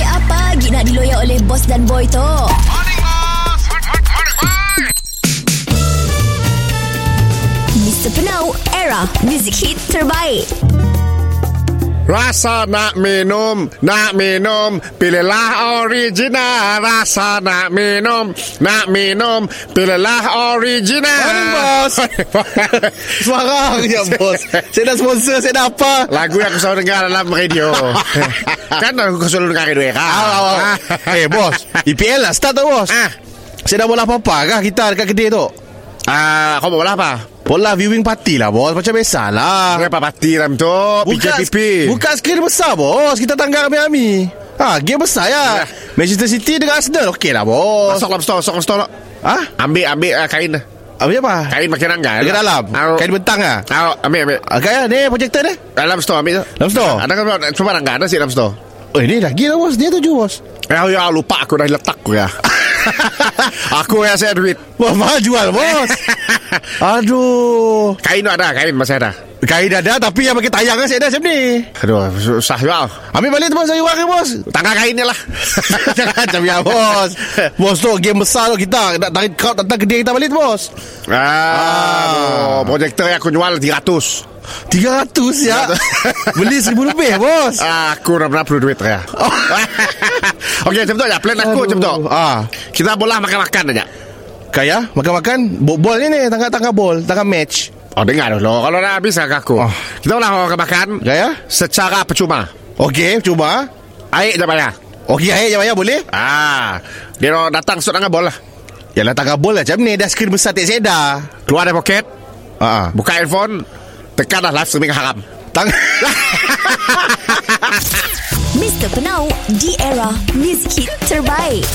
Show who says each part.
Speaker 1: lagi nak diloyak oleh bos dan boy tu. Mr. Penau, era music hit terbaik.
Speaker 2: Rasa nak minum, nak minum, pilihlah original. Rasa nak minum, nak minum, pilihlah original.
Speaker 3: Morning, bos. Ah. Semarang je bos Saya dah sponsor Saya dah apa
Speaker 2: Lagu yang aku selalu dengar dalam radio. kan aku selalu dengar radio kan? era.
Speaker 3: Ah, Eh bos EPL lah start tu bos
Speaker 2: Ah,
Speaker 3: Saya dah bola apa-apa kah Kita dekat kedai tu
Speaker 2: ah, kau bawa bola apa?
Speaker 3: Bola viewing party lah bos Macam biasa lah
Speaker 2: Kenapa pati dalam tu? PJPP.
Speaker 3: Bukan skrin besar bos Kita tanggal Miami Ha, game besar ya.
Speaker 2: Ya.
Speaker 3: Manchester City dengan Arsenal Okey lah bos
Speaker 2: Masuk dalam store, masuk dalam store. lah.
Speaker 3: Ha?
Speaker 2: Ambil, ambil ah, kain. lah.
Speaker 3: Apa apa?
Speaker 2: Kain makin rangga.
Speaker 3: Dekat dalam
Speaker 2: Ah,
Speaker 3: Kain bentang ah.
Speaker 2: ah, ambil, ambil.
Speaker 3: Ah, Kaya ni projektor ni
Speaker 2: Dalam store ambil tu.
Speaker 3: Dalam store?
Speaker 2: Ada kan cuma rangga ada sih dalam store.
Speaker 3: Eh ni lagi lah bos Dia tujuh bos
Speaker 2: Ya, ya lupa aku dah letak aku ya. aku ya saya duit.
Speaker 3: Wah mahal jual bos Aduh
Speaker 2: Kain tu ada, kain masih ada.
Speaker 3: Kain dada tapi yang pakai tayang kan saya dah macam ni
Speaker 2: Aduh, susah juga.
Speaker 3: Ambil balik tu bos saya orang ke bos
Speaker 2: Tangga kain ni lah.
Speaker 3: Jangan macam ya bos Bos tu game besar tu kita Nak tarik crowd datang kedai kita balik tu bos
Speaker 2: Ah, aduh, projektor yang aku jual 300.
Speaker 3: 300 ya Beli 1000 lebih bos
Speaker 2: Ah, aku dah pernah perlu duit ya. Okey, macam tu aja. Plan aku macam tu.
Speaker 3: ah,
Speaker 2: Kita bola makan-makan aja.
Speaker 3: Kaya makan-makan bo- Bol ni ni Tangga-tangga bol Tangga match
Speaker 2: Oh, dengar dulu. Kalau dah habis agak aku.
Speaker 3: Oh.
Speaker 2: Kita bola makan-makan
Speaker 3: Kaya
Speaker 2: secara percuma.
Speaker 3: Okey cuba
Speaker 2: Aik je bayar.
Speaker 3: Okey ayat jawab ya boleh
Speaker 2: Ah, dia orang datang lah. sud dengan bola.
Speaker 3: Yalah tangga bol lah macam ni Dah skrin besar tak saya dah
Speaker 2: Keluar dari poket,
Speaker 3: ah.
Speaker 2: buka handphone, tekan dah live streaming haram.
Speaker 3: Tang-
Speaker 1: Mr. Penau, di era music hit terbaik.